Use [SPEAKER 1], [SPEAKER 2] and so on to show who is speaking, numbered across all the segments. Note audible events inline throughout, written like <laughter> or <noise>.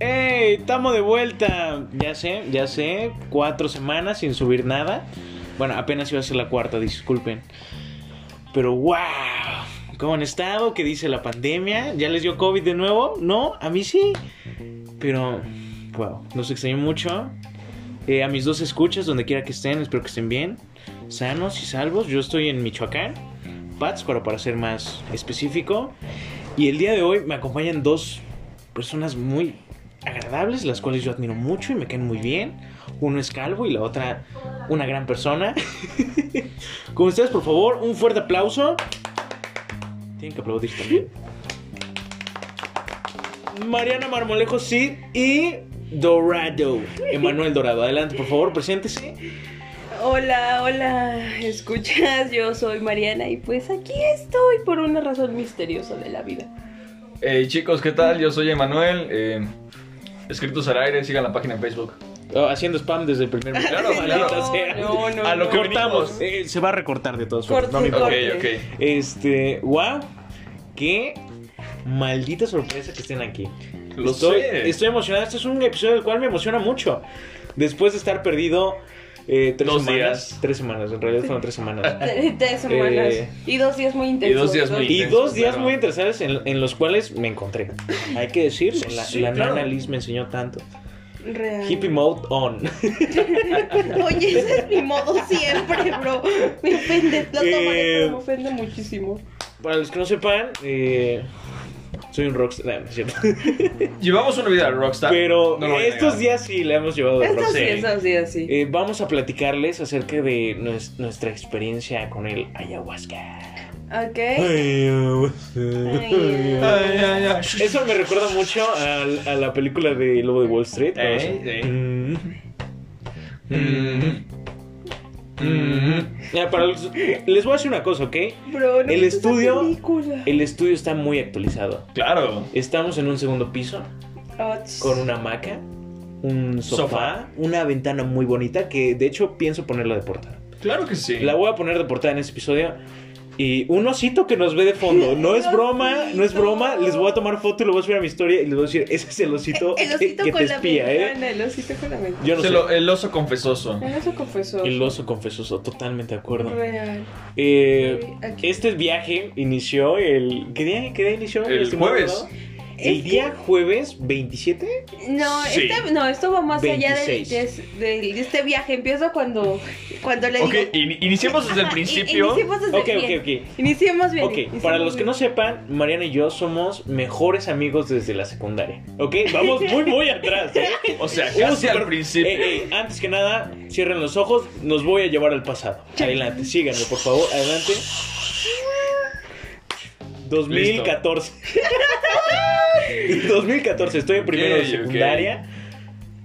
[SPEAKER 1] Estamos de vuelta. Ya sé, ya sé. Cuatro semanas sin subir nada. Bueno, apenas iba a ser la cuarta, disculpen. Pero wow. ¿Cómo han estado? ¿Qué dice la pandemia? ¿Ya les dio COVID de nuevo? No, a mí sí. Pero, wow, los extraño mucho. Eh, a mis dos escuchas, donde quiera que estén, espero que estén bien, sanos y salvos. Yo estoy en Michoacán, Pátzcuaro para ser más específico. Y el día de hoy me acompañan dos personas muy agradables, las cuales yo admiro mucho y me caen muy bien. Uno es calvo y la otra una gran
[SPEAKER 2] <laughs>
[SPEAKER 1] persona. Con ustedes, por favor, un fuerte aplauso. Tienen que aplaudir también. Mariana Marmolejo Cid y Dorado. Emanuel Dorado, adelante, por favor, preséntese.
[SPEAKER 2] Hola, hola, escuchas, yo soy Mariana y pues aquí estoy por una razón misteriosa de la vida.
[SPEAKER 3] Hey chicos, ¿qué tal? Yo soy Emanuel. eh, escritos al aire, sigan la página en Facebook.
[SPEAKER 1] Oh, haciendo spam desde el
[SPEAKER 2] <laughs>
[SPEAKER 1] primer momento.
[SPEAKER 3] Claro,
[SPEAKER 1] Maldita
[SPEAKER 3] claro.
[SPEAKER 1] sea.
[SPEAKER 2] No, no,
[SPEAKER 1] A lo
[SPEAKER 2] no.
[SPEAKER 1] que cortamos. Eh, se va a recortar de todas formas.
[SPEAKER 2] Corte,
[SPEAKER 1] no me importa.
[SPEAKER 3] Ok,
[SPEAKER 2] Corte.
[SPEAKER 3] ok.
[SPEAKER 1] Este, wow, qué maldita sorpresa que estén aquí.
[SPEAKER 3] Lo
[SPEAKER 1] estoy,
[SPEAKER 3] sé.
[SPEAKER 1] estoy emocionado. Este es un episodio del cual me emociona mucho. Después de estar perdido eh, tres
[SPEAKER 3] Dos
[SPEAKER 1] semanas.
[SPEAKER 3] días.
[SPEAKER 1] Tres semanas, en realidad fueron tres semanas.
[SPEAKER 3] <laughs>
[SPEAKER 2] Tres tres semanas
[SPEAKER 1] Eh,
[SPEAKER 2] y dos días muy intensos.
[SPEAKER 3] dos días muy-
[SPEAKER 1] Y dos días
[SPEAKER 3] claro.
[SPEAKER 1] muy interesantes en, en los cuales me encontré. Hay que decirlo. La,
[SPEAKER 3] Sí,
[SPEAKER 1] la
[SPEAKER 3] claro.
[SPEAKER 1] nana Liz me enseñó tanto.
[SPEAKER 2] Real.
[SPEAKER 1] Hippie mode on. <laughs>
[SPEAKER 2] Oye, ese es mi modo siempre, bro. Me ofende, lo tomaré,
[SPEAKER 1] Eh,
[SPEAKER 2] pero me ofende muchísimo.
[SPEAKER 1] Para los que no sepan, eh, soy un rockstar. <laughs> Nah, no es cierto.
[SPEAKER 3] Llevamos una vida de rockstar.
[SPEAKER 1] Pero
[SPEAKER 3] no lo voy a
[SPEAKER 1] estos
[SPEAKER 3] negar.
[SPEAKER 1] días sí la hemos llevado de
[SPEAKER 2] Estos
[SPEAKER 1] rockstar.
[SPEAKER 2] días, así, así.
[SPEAKER 1] Eh, vamos a platicarles acerca de nues- nuestra experiencia con el ayahuasca.
[SPEAKER 2] Ok.
[SPEAKER 1] Ayahuasca.
[SPEAKER 3] Ay, ay, ay.
[SPEAKER 1] Eso me recuerda mucho al- a, la película de Lobo de Wall Street. ¿no?
[SPEAKER 3] Eh,
[SPEAKER 1] Sí.
[SPEAKER 3] eh.
[SPEAKER 1] Mm.
[SPEAKER 3] Mm. Mm.
[SPEAKER 1] Ya, para los- les voy a decir una cosa, ¿ok?
[SPEAKER 2] Bro, no
[SPEAKER 1] el
[SPEAKER 2] me gusta esa
[SPEAKER 1] estudio-
[SPEAKER 2] película.
[SPEAKER 1] El estudio está muy actualizado.
[SPEAKER 3] Claro.
[SPEAKER 1] Estamos en un segundo piso
[SPEAKER 2] Ah, tss.
[SPEAKER 1] con una hamaca, un sofá,
[SPEAKER 3] Sofá.
[SPEAKER 1] una ventana muy bonita que de hecho pienso ponerla de portada.
[SPEAKER 3] Claro que sí.
[SPEAKER 1] La voy a poner de portada en este episodio. Y un osito que nos ve de fondo. No es broma, no es broma. Les voy a tomar foto y lo voy a subir a mi historia y les voy a decir, ese es el osito,
[SPEAKER 2] Eh, El
[SPEAKER 1] que,
[SPEAKER 2] osito
[SPEAKER 1] que te
[SPEAKER 2] con la
[SPEAKER 1] espía, ¿eh?
[SPEAKER 2] ventana, el osito con la ventana.
[SPEAKER 1] Yo no
[SPEAKER 3] Se
[SPEAKER 1] sé.
[SPEAKER 3] lo- el oso confesoso.
[SPEAKER 2] En eso confesó.
[SPEAKER 1] El oso confesoso, totalmente de acuerdo.
[SPEAKER 2] Real.
[SPEAKER 1] Eh,
[SPEAKER 2] Aquí.
[SPEAKER 1] este viaje inició el... ¿Qué día, qué día inició?
[SPEAKER 3] El
[SPEAKER 1] estimado
[SPEAKER 3] jueves.
[SPEAKER 1] Dorado? El
[SPEAKER 2] Es que-
[SPEAKER 1] día jueves 27.
[SPEAKER 2] No,
[SPEAKER 3] Sí.
[SPEAKER 2] esta- no, esto va más allá del-
[SPEAKER 1] 26.
[SPEAKER 2] des- del- de, este viaje. Empiezo cuando, cuando le
[SPEAKER 3] Ok,
[SPEAKER 2] digo.
[SPEAKER 3] in-
[SPEAKER 2] <laughs>
[SPEAKER 3] iniciemos desde el
[SPEAKER 2] Ajá, in-
[SPEAKER 3] principio.
[SPEAKER 2] Iniciemos desde
[SPEAKER 1] Ok, ok,
[SPEAKER 2] bien.
[SPEAKER 1] ok.
[SPEAKER 2] Iniciemos bien.
[SPEAKER 1] Ok, para los que no sepan, Mariana y yo somos mejores amigos desde la secundaria. Ok, vamos muy, muy atrás.
[SPEAKER 2] <laughs>
[SPEAKER 1] ¿eh?
[SPEAKER 3] O sea,
[SPEAKER 1] Un
[SPEAKER 3] casi
[SPEAKER 1] super-
[SPEAKER 3] al principio.
[SPEAKER 1] Eh, eh, antes que nada, cierren los ojos, nos voy a llevar al pasado. Adelante, síganme, por favor, adelante. 2014. 2014, estoy en primero
[SPEAKER 3] Ok,
[SPEAKER 1] de secundaria.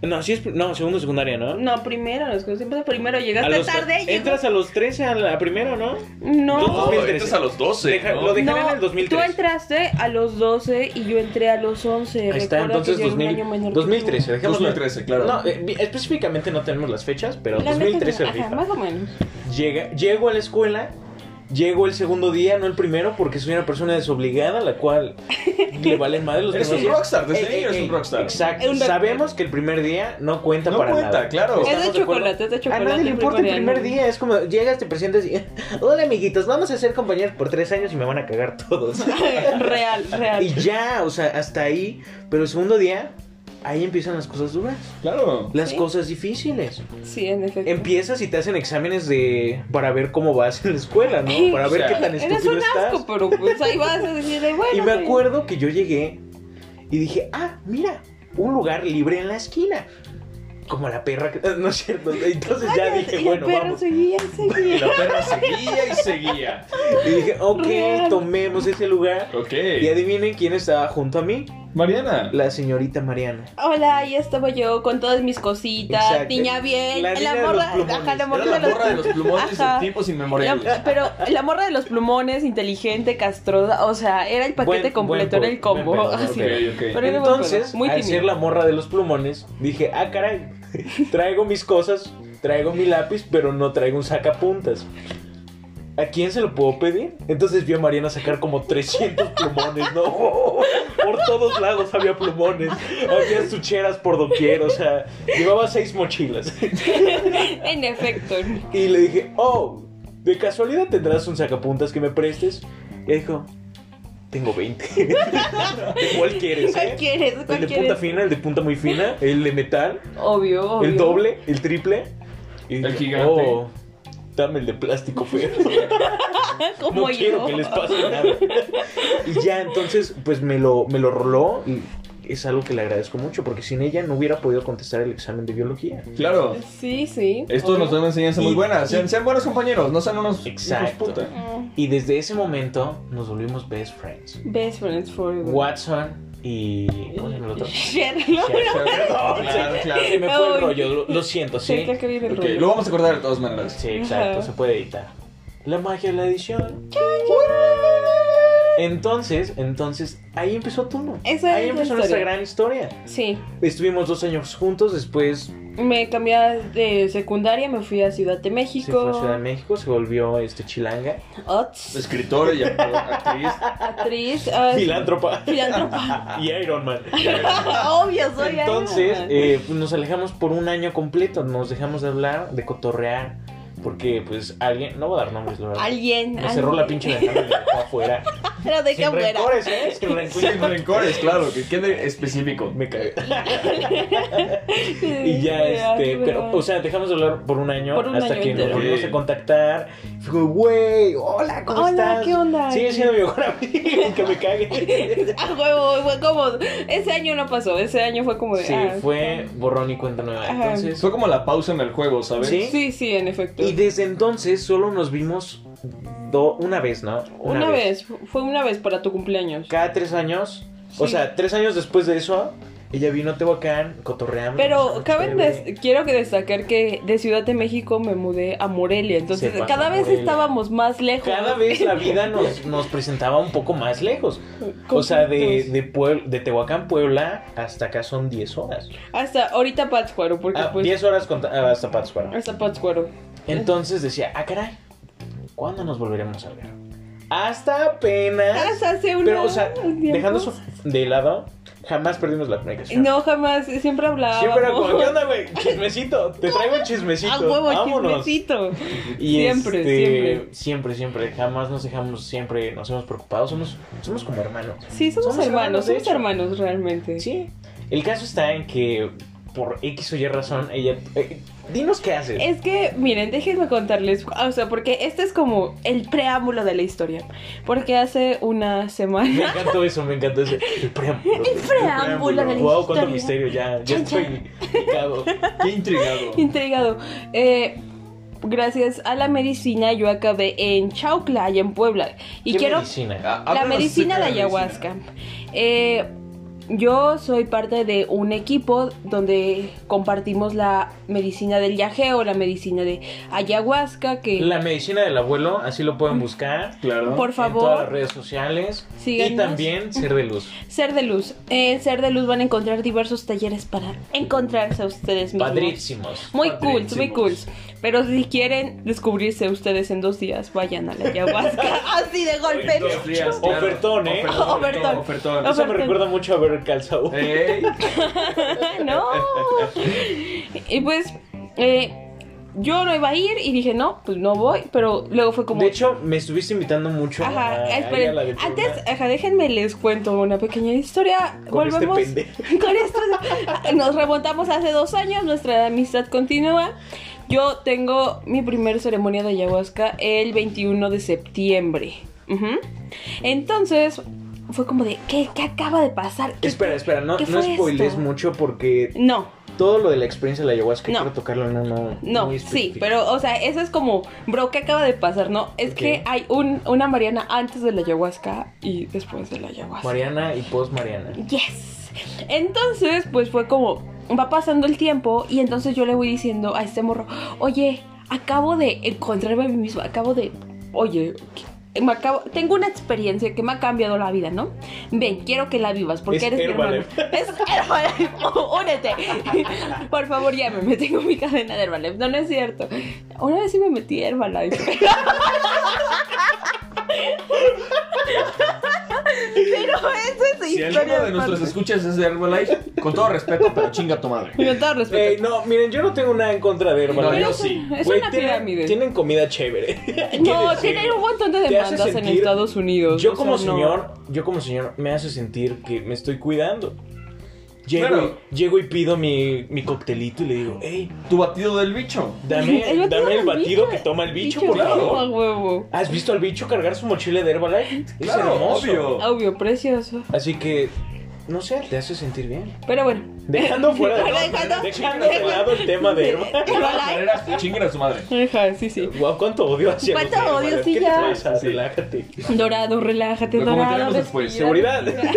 [SPEAKER 1] No, sí es, pri- no, segundo de secundaria, ¿no?
[SPEAKER 2] No, primero, los que siempre primero
[SPEAKER 1] A
[SPEAKER 2] llegaste
[SPEAKER 1] los-
[SPEAKER 2] tarde. llegó-
[SPEAKER 1] entras a los 13 a la primero, ¿no?
[SPEAKER 2] No.
[SPEAKER 3] No,
[SPEAKER 1] dos- 2013.
[SPEAKER 3] entras a los 12.
[SPEAKER 1] Deja-
[SPEAKER 3] ¿no?
[SPEAKER 1] lo de- dejaré
[SPEAKER 2] no,
[SPEAKER 1] en el 2003.
[SPEAKER 2] Tú entraste a los 12 y yo entré a los 11.
[SPEAKER 1] Ahí está,
[SPEAKER 2] Recuerda
[SPEAKER 1] entonces
[SPEAKER 2] que yo era un
[SPEAKER 1] 2000,
[SPEAKER 2] año menor que tú.
[SPEAKER 1] 2013, dejémoslo.
[SPEAKER 3] 2013, claro.
[SPEAKER 1] No, eh, vi- específicamente no tenemos las fechas, pero
[SPEAKER 2] La neta,
[SPEAKER 1] 2013
[SPEAKER 2] ajá,
[SPEAKER 1] rifa.
[SPEAKER 2] más
[SPEAKER 1] <laughs>
[SPEAKER 2] o menos.
[SPEAKER 1] Llega, llego a la escuela, llego el segundo día, no el primero, porque soy una persona desobligada, la
[SPEAKER 2] <laughs>
[SPEAKER 1] cual le valen madre los
[SPEAKER 3] Eres
[SPEAKER 1] demás
[SPEAKER 3] un
[SPEAKER 1] días.
[SPEAKER 3] rockstar, desde
[SPEAKER 1] Ey,
[SPEAKER 3] niño
[SPEAKER 1] ey,
[SPEAKER 3] eres
[SPEAKER 1] ey,
[SPEAKER 3] un rockstar.
[SPEAKER 1] Exacto.
[SPEAKER 2] Es un rockstar.
[SPEAKER 1] Sabemos que el primer día no cuenta
[SPEAKER 3] No
[SPEAKER 1] para
[SPEAKER 3] cuenta,
[SPEAKER 1] nada.
[SPEAKER 3] claro.
[SPEAKER 1] ¿Estamos
[SPEAKER 2] Es
[SPEAKER 1] acuerdo?
[SPEAKER 2] de chocolate, es de
[SPEAKER 1] A
[SPEAKER 2] chocolate.
[SPEAKER 1] nadie le
[SPEAKER 2] el
[SPEAKER 1] importa el
[SPEAKER 2] primer
[SPEAKER 1] primer
[SPEAKER 2] día,
[SPEAKER 1] día, es como llegas, te presentas y. Hola, amiguitos, vamos a ser compañeros por tres años y me van a cagar
[SPEAKER 2] <laughs>
[SPEAKER 1] todos.
[SPEAKER 2] ¿no? Real, real.
[SPEAKER 1] y ya, o sea, hasta ahí. Pero el segundo día, ahí empiezan las cosas duras,
[SPEAKER 3] Claro.
[SPEAKER 1] las
[SPEAKER 2] Sí.
[SPEAKER 1] cosas difíciles
[SPEAKER 2] Sí, en efecto.
[SPEAKER 1] empiezas y te hacen exámenes de para ver cómo vas en la escuela, ¿no? Para
[SPEAKER 3] O
[SPEAKER 1] ver
[SPEAKER 3] sea,
[SPEAKER 1] qué tan
[SPEAKER 2] Eres
[SPEAKER 1] estúpido
[SPEAKER 2] un asco, pues,
[SPEAKER 1] estás.
[SPEAKER 2] pero pues ahí vas a decir de bueno.
[SPEAKER 1] Y me
[SPEAKER 2] soy-
[SPEAKER 1] acuerdo que yo llegué y dije, ah, mira, un lugar libre en la esquina. Como la perra que... <laughs> No es cierto. Entonces ya
[SPEAKER 2] Ay,
[SPEAKER 1] dije,
[SPEAKER 2] y
[SPEAKER 1] bueno,
[SPEAKER 2] el perro
[SPEAKER 1] vamos.
[SPEAKER 2] seguía,
[SPEAKER 1] <laughs>
[SPEAKER 3] Y
[SPEAKER 2] seguía.
[SPEAKER 3] la perra seguía y seguía.
[SPEAKER 1] Y dije, ok,
[SPEAKER 2] Real.
[SPEAKER 1] tomemos ese lugar.
[SPEAKER 3] Ok.
[SPEAKER 1] Y adivinen quién estaba junto a mí.
[SPEAKER 3] Mariana.
[SPEAKER 1] La señorita Mariana.
[SPEAKER 2] Hola, ahí estaba yo con todas mis cositas,
[SPEAKER 1] Exacto.
[SPEAKER 2] niña bien,
[SPEAKER 1] La
[SPEAKER 2] la,
[SPEAKER 1] niña de los
[SPEAKER 2] morra,
[SPEAKER 1] plumones.
[SPEAKER 2] ajá, la
[SPEAKER 1] Era
[SPEAKER 2] morra
[SPEAKER 3] Era la
[SPEAKER 2] de los-
[SPEAKER 3] morra de los plumones
[SPEAKER 2] Ajá.
[SPEAKER 3] y el tipo sin memoria.
[SPEAKER 2] la- pero la morra de los plumones, inteligente, castrosa, o sea, era el paquete
[SPEAKER 1] Buen-
[SPEAKER 2] completo,
[SPEAKER 1] buen
[SPEAKER 2] era el
[SPEAKER 1] pedo,
[SPEAKER 2] combo.
[SPEAKER 1] buen pedo,
[SPEAKER 2] <laughs> así.
[SPEAKER 1] buen
[SPEAKER 3] Ok, ok.
[SPEAKER 2] pues, Pero era buen
[SPEAKER 1] Entonces,
[SPEAKER 2] pedo, muy
[SPEAKER 1] al
[SPEAKER 2] tímido.
[SPEAKER 1] ser la morra de los plumones, dije, ah, caray, traigo mis cosas, traigo mi lápiz, pero no traigo un sacapuntas. ¿A quién se lo puedo pedir? Entonces vio a Mariana sacar como 300 plumones, ¿no? Por todos lados había plumones, había sucheras por doquier, o sea, llevaba seis mochilas.
[SPEAKER 2] En efecto.
[SPEAKER 1] Y le dije, oh, ¿de casualidad tendrás un sacapuntas que me prestes? Y dijo, tengo 20. <laughs> ¿Cuál quieres? eh?
[SPEAKER 2] ¿Cuál quieres?
[SPEAKER 1] El
[SPEAKER 2] ¿Cuál
[SPEAKER 1] de punta
[SPEAKER 2] quieres?
[SPEAKER 1] fina, el de punta muy fina, el de metal,
[SPEAKER 2] Obvio, obvio.
[SPEAKER 1] el doble, el triple. Y
[SPEAKER 3] El
[SPEAKER 1] dije,
[SPEAKER 3] gigante.
[SPEAKER 1] "Oh, dame el de plástico feo. No
[SPEAKER 2] Ah, Como
[SPEAKER 1] quiero
[SPEAKER 2] yo. Ah,
[SPEAKER 1] que les pase nada. Y ya, entonces, pues me lo, me lo roló y es algo que le agradezco mucho, porque sin ella no hubiera podido contestar el examen de biología.
[SPEAKER 3] Claro.
[SPEAKER 2] Sí, sí.
[SPEAKER 3] Esto
[SPEAKER 2] obvio.
[SPEAKER 3] nos da una enseñanza muy
[SPEAKER 1] Y-
[SPEAKER 3] buena.
[SPEAKER 1] y-
[SPEAKER 3] Sean, sean buenos compañeros, no sean unos
[SPEAKER 1] Exacto.
[SPEAKER 3] hijos puta.
[SPEAKER 2] Mm.
[SPEAKER 1] Y desde ese momento nos volvimos best friends.
[SPEAKER 2] Best friends forever.
[SPEAKER 1] Watson y. ¿Cómo se llama el otro?
[SPEAKER 2] <laughs> Sherlock.
[SPEAKER 3] <laughs> Claro, claro.
[SPEAKER 1] Se me fue el
[SPEAKER 2] Ay.
[SPEAKER 1] rollo, lo, lo siento, sí.
[SPEAKER 2] Cerca que viene el
[SPEAKER 3] Ok,
[SPEAKER 2] rollo.
[SPEAKER 3] lo vamos a acordar de todas maneras.
[SPEAKER 1] Sí, exacto,
[SPEAKER 2] Ajá.
[SPEAKER 1] se puede editar. La magia de la edición. Entonces, entonces, ahí empezó todo.
[SPEAKER 2] Esa
[SPEAKER 1] ahí
[SPEAKER 2] es la
[SPEAKER 1] empezó nuestra
[SPEAKER 2] historia.
[SPEAKER 1] gran historia.
[SPEAKER 2] Sí,
[SPEAKER 1] Estuvimos dos años juntos, después
[SPEAKER 2] me cambié de secundaria, me fui a Ciudad de
[SPEAKER 1] se
[SPEAKER 2] México.
[SPEAKER 1] fue a Ciudad de Pues, México, se volvió este chilanga.
[SPEAKER 2] Ots,
[SPEAKER 3] Escritora y actor- actriz.
[SPEAKER 1] <laughs>
[SPEAKER 2] actriz, ah,
[SPEAKER 1] Filántropa. <laughs>
[SPEAKER 2] filántropa. <laughs>
[SPEAKER 1] Y Iron Man.
[SPEAKER 2] Obvio, soy
[SPEAKER 1] Entonces,
[SPEAKER 2] Iron Man.
[SPEAKER 1] eh, pues, nos alejamos por un año completo, nos dejamos de hablar, de cotorrear, porque pues alguien, no voy a dar nombres, la verdad.
[SPEAKER 2] alguien.
[SPEAKER 1] Me cerró
[SPEAKER 2] alguien.
[SPEAKER 1] la pinche
[SPEAKER 2] <laughs>
[SPEAKER 1] ventana y me dejó afuera.
[SPEAKER 2] Lo dejé
[SPEAKER 1] Sin
[SPEAKER 2] afuera. <laughs>
[SPEAKER 1] rencores, ¿eh? Sin rencores.
[SPEAKER 3] Sin rencores, claro, que quede específico.
[SPEAKER 1] Me cagué. Y ya,
[SPEAKER 2] Ay,
[SPEAKER 1] este,
[SPEAKER 2] no.
[SPEAKER 1] pero,
[SPEAKER 2] <laughs>
[SPEAKER 1] o sea, dejamos de hablar por un año
[SPEAKER 2] Por un
[SPEAKER 1] hasta
[SPEAKER 2] año
[SPEAKER 1] que nos
[SPEAKER 2] entero.
[SPEAKER 1] volvimos a contactar. Fue como, güey, hola, ¿cómo
[SPEAKER 2] Hola,
[SPEAKER 1] estás?
[SPEAKER 2] ¿qué onda?
[SPEAKER 1] Sigue siendo mi mejor amigo, <laughs> que me
[SPEAKER 2] <laughs>
[SPEAKER 1] cague.
[SPEAKER 2] A Ah, huevo, fue como. Ese año no pasó, ese año fue como de.
[SPEAKER 1] Sí,
[SPEAKER 2] ah,
[SPEAKER 1] fue borrón y cuenta nueva.
[SPEAKER 2] Ajá.
[SPEAKER 1] Entonces,
[SPEAKER 3] Fue como la pausa en el juego, ¿sabes?
[SPEAKER 1] Sí.
[SPEAKER 2] Sí, sí, en efecto.
[SPEAKER 1] y desde entonces solo nos vimos do- una vez, ¿no?
[SPEAKER 2] Una, vez. fue una vez para tu cumpleaños.
[SPEAKER 1] Cada tres años. O
[SPEAKER 2] Sí.
[SPEAKER 1] sea, tres años después de eso, ella vino a Tehuacán, cotorreamos. Ah,
[SPEAKER 2] Pero cabe
[SPEAKER 1] chévere.
[SPEAKER 2] des- quiero que destacar que de Ciudad de México me mudé a Morelia, entonces
[SPEAKER 1] Se pasó
[SPEAKER 2] cada vez
[SPEAKER 1] Morelia.
[SPEAKER 2] estábamos más lejos.
[SPEAKER 1] Cada vez la vida nos, nos presentaba un poco más lejos. O sea, de,
[SPEAKER 2] Conflictos.
[SPEAKER 1] de, Puebl- de Tehuacán, Puebla, hasta acá son 10 horas.
[SPEAKER 2] hasta ahorita Pátzcuaro, porque
[SPEAKER 1] Ah,
[SPEAKER 2] pues
[SPEAKER 1] 10 horas con- ah, hasta Pátzcuaro.
[SPEAKER 2] hasta Pátzcuaro.
[SPEAKER 1] Entonces decía, ah, caray, ¿cuándo nos volveremos a ver? Hasta apenas.
[SPEAKER 2] Ah, Hasta hace una
[SPEAKER 1] Ah, Pero, o sea,
[SPEAKER 2] un tiempo.
[SPEAKER 1] dejando eso de lado, jamás perdimos la comunicación.
[SPEAKER 2] No, jamás, siempre hablábamos.
[SPEAKER 1] Siempre era como, ¿qué
[SPEAKER 2] <laughs>
[SPEAKER 1] onda, güey? Chismecito, te traigo un chismecito.
[SPEAKER 2] A huevo,
[SPEAKER 1] Vámonos.
[SPEAKER 2] chismecito.
[SPEAKER 1] Y
[SPEAKER 2] Siempre,
[SPEAKER 1] este,
[SPEAKER 2] siempre.
[SPEAKER 1] Siempre, siempre. Jamás nos dejamos, siempre nos hemos preocupado. Somos, somos como hermanos.
[SPEAKER 2] Sí, somos,
[SPEAKER 1] Somos hermanos,
[SPEAKER 2] hermanos,
[SPEAKER 1] de
[SPEAKER 2] somos
[SPEAKER 1] hecho.
[SPEAKER 2] hermanos realmente.
[SPEAKER 1] Sí. El caso está en que por X o Y razón ella... eh, dinos qué haces.
[SPEAKER 2] Es que, miren, déjenme contarles, o sea, porque este es como el preámbulo de la historia. Porque hace una
[SPEAKER 1] Me
[SPEAKER 2] semana... <laughs>
[SPEAKER 1] encantó eso, me encantó eso. El preámbulo. El
[SPEAKER 2] preámbulo de la
[SPEAKER 1] Wow, cuánto misterio
[SPEAKER 2] historia.
[SPEAKER 1] ya. Ya
[SPEAKER 2] Chan,
[SPEAKER 1] estoy
[SPEAKER 2] <laughs>
[SPEAKER 1] picado.
[SPEAKER 3] Qué intrigado.
[SPEAKER 2] Intrigado. Eh, gracias a la medicina yo acabé en Chaucla, allá en Puebla. Y
[SPEAKER 1] ¿Qué
[SPEAKER 2] quiero...
[SPEAKER 1] medicina?
[SPEAKER 3] Ah,
[SPEAKER 2] La
[SPEAKER 3] háblanos
[SPEAKER 2] medicina de
[SPEAKER 3] acerca la
[SPEAKER 2] ayahuasca. Eh, yo soy parte de un equipo donde compartimos la medicina del yajeo, la medicina de ayahuasca, que
[SPEAKER 1] La medicina del abuelo, así lo pueden buscar.
[SPEAKER 3] medicina. Claro.
[SPEAKER 2] Por
[SPEAKER 1] En todas
[SPEAKER 2] favor.
[SPEAKER 1] las redes sociales.
[SPEAKER 2] Síganos.
[SPEAKER 1] Y también ser de luz.
[SPEAKER 2] Ser de Luz. En Ser de Luz van a encontrar diversos talleres para encontrarse a ustedes mismos.
[SPEAKER 1] Padrísimos.
[SPEAKER 2] Muy cool,
[SPEAKER 3] Padrísimos.
[SPEAKER 2] muy cool. Pero si quieren descubrirse ustedes en dos días, vayan a la ayahuasca. <laughs> Así de golpe.
[SPEAKER 3] Dos días, claro.
[SPEAKER 1] Ofertón, ¿eh?
[SPEAKER 3] Ofertón.
[SPEAKER 2] Ofertón.
[SPEAKER 3] Ofertón.
[SPEAKER 1] Eso me
[SPEAKER 2] Aparte-
[SPEAKER 1] recuerda mucho a ver calzado.
[SPEAKER 2] Eh,
[SPEAKER 3] Ey.
[SPEAKER 2] <laughs>
[SPEAKER 1] <laughs>
[SPEAKER 2] no. Y pues, eh, yo no iba a ir y dije, no, pues no voy. Pero luego fue como.
[SPEAKER 1] De hecho, me estuviste invitando mucho a,
[SPEAKER 2] Ajá, ah,
[SPEAKER 1] ahí a
[SPEAKER 2] esperen.
[SPEAKER 1] la de Puebla.
[SPEAKER 2] Antes, ajá, déjenme les cuento una pequeña historia.
[SPEAKER 1] Con este
[SPEAKER 2] Volvemos
[SPEAKER 1] pendejo.
[SPEAKER 2] <laughs> con esto. Nos remontamos hace dos años, nuestra amistad continúa. Yo tengo mi primer ceremonia de ayahuasca el 21 de septiembre. Ujú. Entonces, fue como de, ¿qué, qué acaba de pasar? ¿Qué-
[SPEAKER 1] Espera, espera, no,
[SPEAKER 2] eh, ¿Qué
[SPEAKER 1] no
[SPEAKER 2] fue
[SPEAKER 1] spoilees
[SPEAKER 2] esto?
[SPEAKER 1] mucho porque
[SPEAKER 2] No,
[SPEAKER 1] todo lo de la experiencia de la ayahuasca
[SPEAKER 2] No.
[SPEAKER 1] quiero tocarlo en uno
[SPEAKER 2] No,
[SPEAKER 1] muy
[SPEAKER 2] sí,
[SPEAKER 1] específico.
[SPEAKER 2] pero, o sea, eso es como, bro, ¿qué acaba de pasar? No, es
[SPEAKER 1] Ok.
[SPEAKER 2] que hay un, una Mariana antes de la ayahuasca y después de la ayahuasca.
[SPEAKER 1] Mariana y post Mariana.
[SPEAKER 2] Yes. Entonces, pues fue como, va pasando el tiempo y entonces yo le voy diciendo a este morro, oye, acabo de encontrarme a mí mismo, acabo de, oye, ¿qué- me acabo- tengo una experiencia que me ha cambiado la vida, ¿no? Ven, quiero que la vivas porque
[SPEAKER 1] Es
[SPEAKER 2] eres
[SPEAKER 1] Herbalife.
[SPEAKER 2] mi hermano. <laughs> Es Herbalife. Únete. <laughs> Por favor, llámeme. Tengo mi cadena de Herbalife. No, no es cierto. Una vez sí me metí a Herbalife. <laughs> Pero esa es
[SPEAKER 3] Si
[SPEAKER 2] historia
[SPEAKER 3] alguno de
[SPEAKER 2] aparte.
[SPEAKER 3] nuestros escuchas es de Herbalife, con todo respeto, pero chinga tu madre.
[SPEAKER 2] Con todo respeto.
[SPEAKER 1] Ey, no, miren, yo no tengo nada en contra de
[SPEAKER 3] No,
[SPEAKER 1] Herbalife.
[SPEAKER 3] yo sí.
[SPEAKER 2] Es
[SPEAKER 1] Güey,
[SPEAKER 2] una
[SPEAKER 1] tienen-
[SPEAKER 2] pirámide.
[SPEAKER 1] Tienen comida chévere. <laughs>
[SPEAKER 2] No,
[SPEAKER 1] ¿Qué
[SPEAKER 2] tienen
[SPEAKER 1] decir?
[SPEAKER 2] un montón de
[SPEAKER 1] Te hace
[SPEAKER 2] demandas en
[SPEAKER 1] sentir-
[SPEAKER 2] Estados Unidos.
[SPEAKER 1] Yo
[SPEAKER 2] o
[SPEAKER 1] como
[SPEAKER 2] sea, no.
[SPEAKER 1] señor, yo como señor me hace sentir que me estoy cuidando. Llego,
[SPEAKER 3] Claro.
[SPEAKER 1] y, llego y pido mi, mi coctelito y le digo, hey,
[SPEAKER 3] Tu batido del bicho.
[SPEAKER 1] dame
[SPEAKER 2] <laughs>
[SPEAKER 1] el,
[SPEAKER 2] El batido
[SPEAKER 1] dame el
[SPEAKER 2] del
[SPEAKER 1] batido
[SPEAKER 2] bicho,
[SPEAKER 1] que toma el bicho,
[SPEAKER 2] Bicho,
[SPEAKER 1] por favor.
[SPEAKER 2] a huevo.
[SPEAKER 1] ¿Has visto al bicho cargar su mochila de Herbalife? Es
[SPEAKER 3] Claro,
[SPEAKER 1] hermoso.
[SPEAKER 3] obvio.
[SPEAKER 2] Obvio, precioso.
[SPEAKER 1] Así que, no sé, te hace sentir bien.
[SPEAKER 2] Pero bueno. <laughs>
[SPEAKER 1] Dejando fuera de,
[SPEAKER 2] Pero dejando-
[SPEAKER 1] dejando de lado el tema de
[SPEAKER 2] <laughs>
[SPEAKER 1] Herbalife.
[SPEAKER 2] Herbalife.
[SPEAKER 3] Maneras, Chinguen a su madre.
[SPEAKER 2] Ajá, sí, sí.
[SPEAKER 1] Guau, cuánto odio hacia los
[SPEAKER 2] ¿Cuánto odio,
[SPEAKER 1] Herbalife?
[SPEAKER 2] sí,
[SPEAKER 1] ¿Qué te
[SPEAKER 2] ya?
[SPEAKER 1] pasa?
[SPEAKER 3] Sí.
[SPEAKER 1] Relájate.
[SPEAKER 2] Dorado, relájate,
[SPEAKER 3] Lo
[SPEAKER 2] dorado.
[SPEAKER 3] comentaremos después.
[SPEAKER 2] respira.
[SPEAKER 1] Seguridad.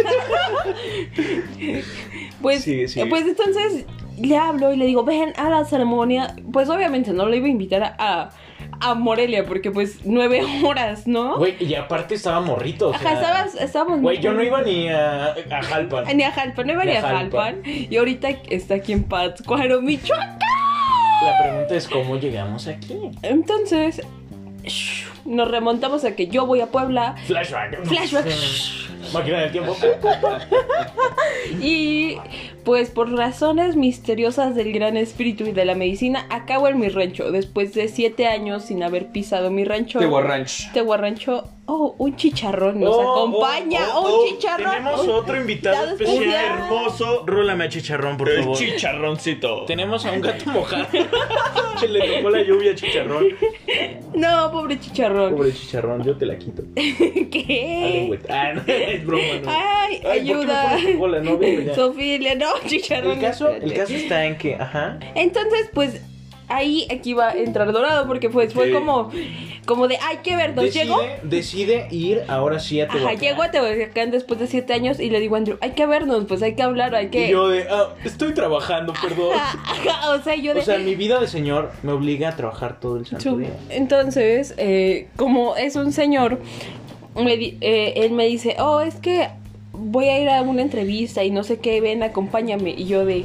[SPEAKER 2] Pues,
[SPEAKER 1] Sigue, sigue.
[SPEAKER 2] pues entonces le hablo y le digo, ven a la ceremonia. Pues obviamente no lo iba a invitar a, a- a Morelia porque pues nueve horas, ¿no?
[SPEAKER 1] Güey, y aparte estaba morrito. o
[SPEAKER 2] Ajá,
[SPEAKER 1] sea,
[SPEAKER 2] estabas- estábamos...
[SPEAKER 1] Güey, yo no iba ni a, a Jalpan.
[SPEAKER 2] Eh, Ni a Jalpan, no iba ni a Jalpan. Y ahorita está aquí en Pátzcuaro, Michoacán.
[SPEAKER 1] La pregunta es cómo llegamos aquí.
[SPEAKER 2] Entonces, shh, nos remontamos a que yo voy a Puebla.
[SPEAKER 1] Flashback.
[SPEAKER 2] Flashback. shh,
[SPEAKER 1] Máquina del tiempo.
[SPEAKER 2] Y pues por razones misteriosas del gran espíritu y de la medicina, acabo en mi rancho. Después de siete años sin haber pisado mi rancho.
[SPEAKER 3] Te guarranch.
[SPEAKER 2] Tehuarrancho. Oh, un chicharrón nos
[SPEAKER 1] Oh,
[SPEAKER 2] acompaña.
[SPEAKER 1] oh, oh,
[SPEAKER 2] un
[SPEAKER 1] oh,
[SPEAKER 2] chicharrón.
[SPEAKER 1] Tenemos
[SPEAKER 2] un-
[SPEAKER 1] otro invitado
[SPEAKER 2] invitado
[SPEAKER 1] especial.
[SPEAKER 2] especial.
[SPEAKER 1] Hermoso. Rúlame a chicharrón, por
[SPEAKER 3] El
[SPEAKER 1] favor.
[SPEAKER 3] chicharroncito.
[SPEAKER 1] Tenemos a un gato mojado. Se <laughs> le tocó la lluvia a chicharrón.
[SPEAKER 2] No, pobre chicharrón.
[SPEAKER 1] Pobre chicharrón, yo te la
[SPEAKER 2] <laughs>
[SPEAKER 1] quito.
[SPEAKER 2] ¿Qué?
[SPEAKER 1] Ah,
[SPEAKER 2] <laughs>
[SPEAKER 1] no, es broma, no.
[SPEAKER 2] Ay,
[SPEAKER 1] ¿por qué
[SPEAKER 2] ayuda.
[SPEAKER 1] me pones tu cola? No, vengo ya.
[SPEAKER 2] Sofía, no, <laughs> chicharrón.
[SPEAKER 1] El caso, el
[SPEAKER 2] espérate.
[SPEAKER 1] caso está en que, ajá.
[SPEAKER 2] Entonces, pues ahí aquí va a entrar Dorado porque pues fue
[SPEAKER 3] Sí.
[SPEAKER 2] como como de, ay, qué vernos
[SPEAKER 1] Decide,
[SPEAKER 2] llegó.
[SPEAKER 1] decide ir ahora sí a tu
[SPEAKER 2] Ajá, llego a Tehuacán después de siete años y le digo a Andrew, hay que vernos, pues hay que hablar, hay que...
[SPEAKER 1] Y
[SPEAKER 2] <laughs>
[SPEAKER 1] yo de, ah, estoy trabajando, perdón.
[SPEAKER 2] Ajá, ajá, o sea, yo de...
[SPEAKER 1] O sea, mi vida de señor me obliga a trabajar todo el santo
[SPEAKER 2] <laughs> Chu.
[SPEAKER 1] día.
[SPEAKER 2] Entonces, eh, como es un señor, me di- eh, él me dice, oh, es que voy a ir a una entrevista y no sé qué, ven, acompáñame. Y yo de,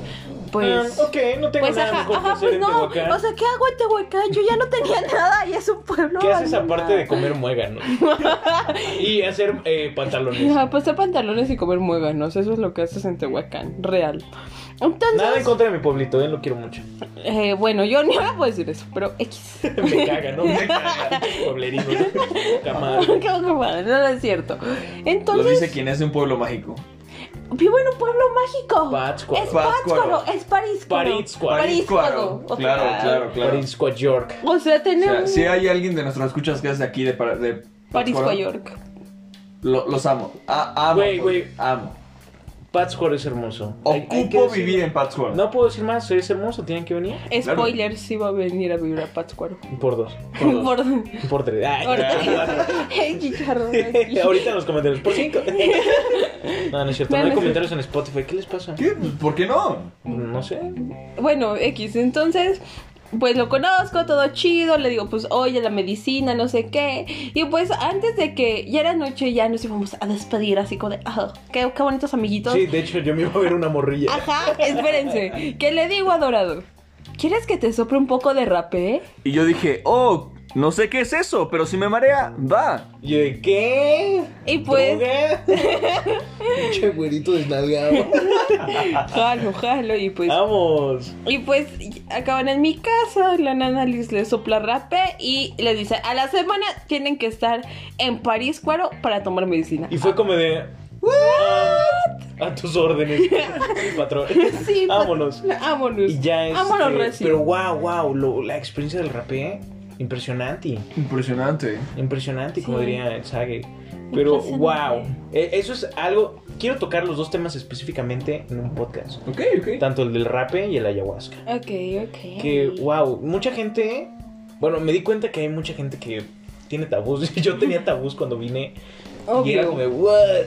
[SPEAKER 2] pues...
[SPEAKER 1] Ah, ok, no tengo
[SPEAKER 2] Pues
[SPEAKER 1] nada
[SPEAKER 2] ajá,
[SPEAKER 1] mejor que
[SPEAKER 2] ajá,
[SPEAKER 1] hacer
[SPEAKER 2] pues
[SPEAKER 1] en
[SPEAKER 2] no, o
[SPEAKER 1] Tehuacán.
[SPEAKER 2] sea, ¿qué hago en Tehuacán? Yo ya
[SPEAKER 1] <laughs>
[SPEAKER 2] no tenía nada y es un pueblo
[SPEAKER 1] ¿Qué haces
[SPEAKER 2] abandonado.
[SPEAKER 1] aparte de comer
[SPEAKER 2] <laughs>
[SPEAKER 1] muéganos? <laughs> y hacer eh, pantalones.
[SPEAKER 2] Ajá, pues de pantalones y comer muéganos, eso es lo que haces en Tehuacán, real. Entonces,
[SPEAKER 1] Nada en contra de mi pueblito, él lo quiero mucho.
[SPEAKER 2] eh, bueno, yo <laughs> no me puedo decir eso, pero X.
[SPEAKER 1] <laughs> Me caga, ¿no? Me caga. Pueblerino. Poca madre.
[SPEAKER 2] <laughs> Qué poca madre, no, no es cierto.
[SPEAKER 3] Lo
[SPEAKER 2] Entonces,
[SPEAKER 3] dice quien es de un pueblo mágico.
[SPEAKER 2] vivo en un pueblo mágico.
[SPEAKER 1] Pátzcuaro.
[SPEAKER 2] Es Pátzcuaro,
[SPEAKER 3] Pátzcuaro.
[SPEAKER 2] es Paríscuaro.
[SPEAKER 1] Parízcuaro.
[SPEAKER 2] Paríscuaro. O sea,
[SPEAKER 3] Claro, claro, claro.
[SPEAKER 1] Parisco, York.
[SPEAKER 2] O sea,
[SPEAKER 3] O sea,
[SPEAKER 2] tenemos
[SPEAKER 3] si hay alguien de nuestros escuchas que es de aquí, de, Par- de
[SPEAKER 2] Paríscuaro,
[SPEAKER 3] Pátzcuaro,
[SPEAKER 2] York.
[SPEAKER 3] lo- los amo. A- amo.
[SPEAKER 1] Güey, güey.
[SPEAKER 3] Amo.
[SPEAKER 1] Pátzcuaro es hermoso. Hay- hay que
[SPEAKER 3] Ocupo
[SPEAKER 1] decirlo.
[SPEAKER 3] vivir en Pátzcuaro.
[SPEAKER 1] No puedo decir más, es hermoso, tienen que venir.
[SPEAKER 3] Claro.
[SPEAKER 2] Spoiler, sí va a venir a vivir a Pátzcuaro.
[SPEAKER 1] Por dos.
[SPEAKER 3] Por
[SPEAKER 2] <laughs>
[SPEAKER 3] dos.
[SPEAKER 2] Por...
[SPEAKER 1] Por tres. Ay,
[SPEAKER 2] por-
[SPEAKER 1] cuatro.
[SPEAKER 2] <laughs> Ey,
[SPEAKER 1] <laughs>
[SPEAKER 2] chicharrón, aquí.
[SPEAKER 1] Ahorita en los comentarios. Por cinco. No, no es cierto. No hay
[SPEAKER 2] Memes.
[SPEAKER 1] comentarios en Spotify. ¿Qué les pasa?
[SPEAKER 3] ¿Qué? Pues, ¿Por qué no?
[SPEAKER 1] No sé.
[SPEAKER 2] <laughs> Bueno, X, entonces, pues lo conozco, todo chido, le digo, pues, oye, la medicina, no sé qué. Y pues antes de que ya era noche, ya nos íbamos a despedir, así como de, ah, qué, qué bonitos amiguitos.
[SPEAKER 1] Sí, de hecho, yo me iba a ver una morrilla.
[SPEAKER 2] Ajá, espérense, que le digo a Dorado, ¿quieres que te sople un poco de rapé?
[SPEAKER 3] Y yo dije, oh, no sé qué es eso, pero si me marea, va.
[SPEAKER 1] Y yo de, ¿qué?
[SPEAKER 2] Y pues-
[SPEAKER 1] ¿Droga? <laughs> Pinche güerito desnalgado.
[SPEAKER 2] Jalo, jalo, y
[SPEAKER 1] Ah,
[SPEAKER 2] pues...
[SPEAKER 1] Vamos.
[SPEAKER 2] Y pues y- acaban en mi casa, la nana Liz les sopla rapé y les dice, a la semana tienen que estar en París Cuaro para tomar medicina.
[SPEAKER 1] Y fue como de. "Ah, A tus órdenes, <laughs> patrón.
[SPEAKER 2] Sí, pa-
[SPEAKER 1] Vámonos.
[SPEAKER 2] Vámonos.
[SPEAKER 1] Y ya este, es.
[SPEAKER 2] Vámonos, Reci.
[SPEAKER 1] Pero wow, wow. lo- la experiencia del rapé, impresionante.
[SPEAKER 3] Impresionante.
[SPEAKER 1] Impresionante, como
[SPEAKER 2] Sí.
[SPEAKER 1] diría el Sage. Pero wow.
[SPEAKER 2] Impresionante.
[SPEAKER 1] eh, Eso es algo. Quiero tocar los dos temas específicamente en un podcast.
[SPEAKER 3] Ok, ok.
[SPEAKER 1] Tanto el del rape y el ayahuasca.
[SPEAKER 2] Ok, ok.
[SPEAKER 1] Que wow, mucha gente. Bueno, me di cuenta que hay mucha gente que tiene tabús. <laughs> Yo tenía tabús cuando vine. Y era
[SPEAKER 2] Obvio.
[SPEAKER 1] como, de, what?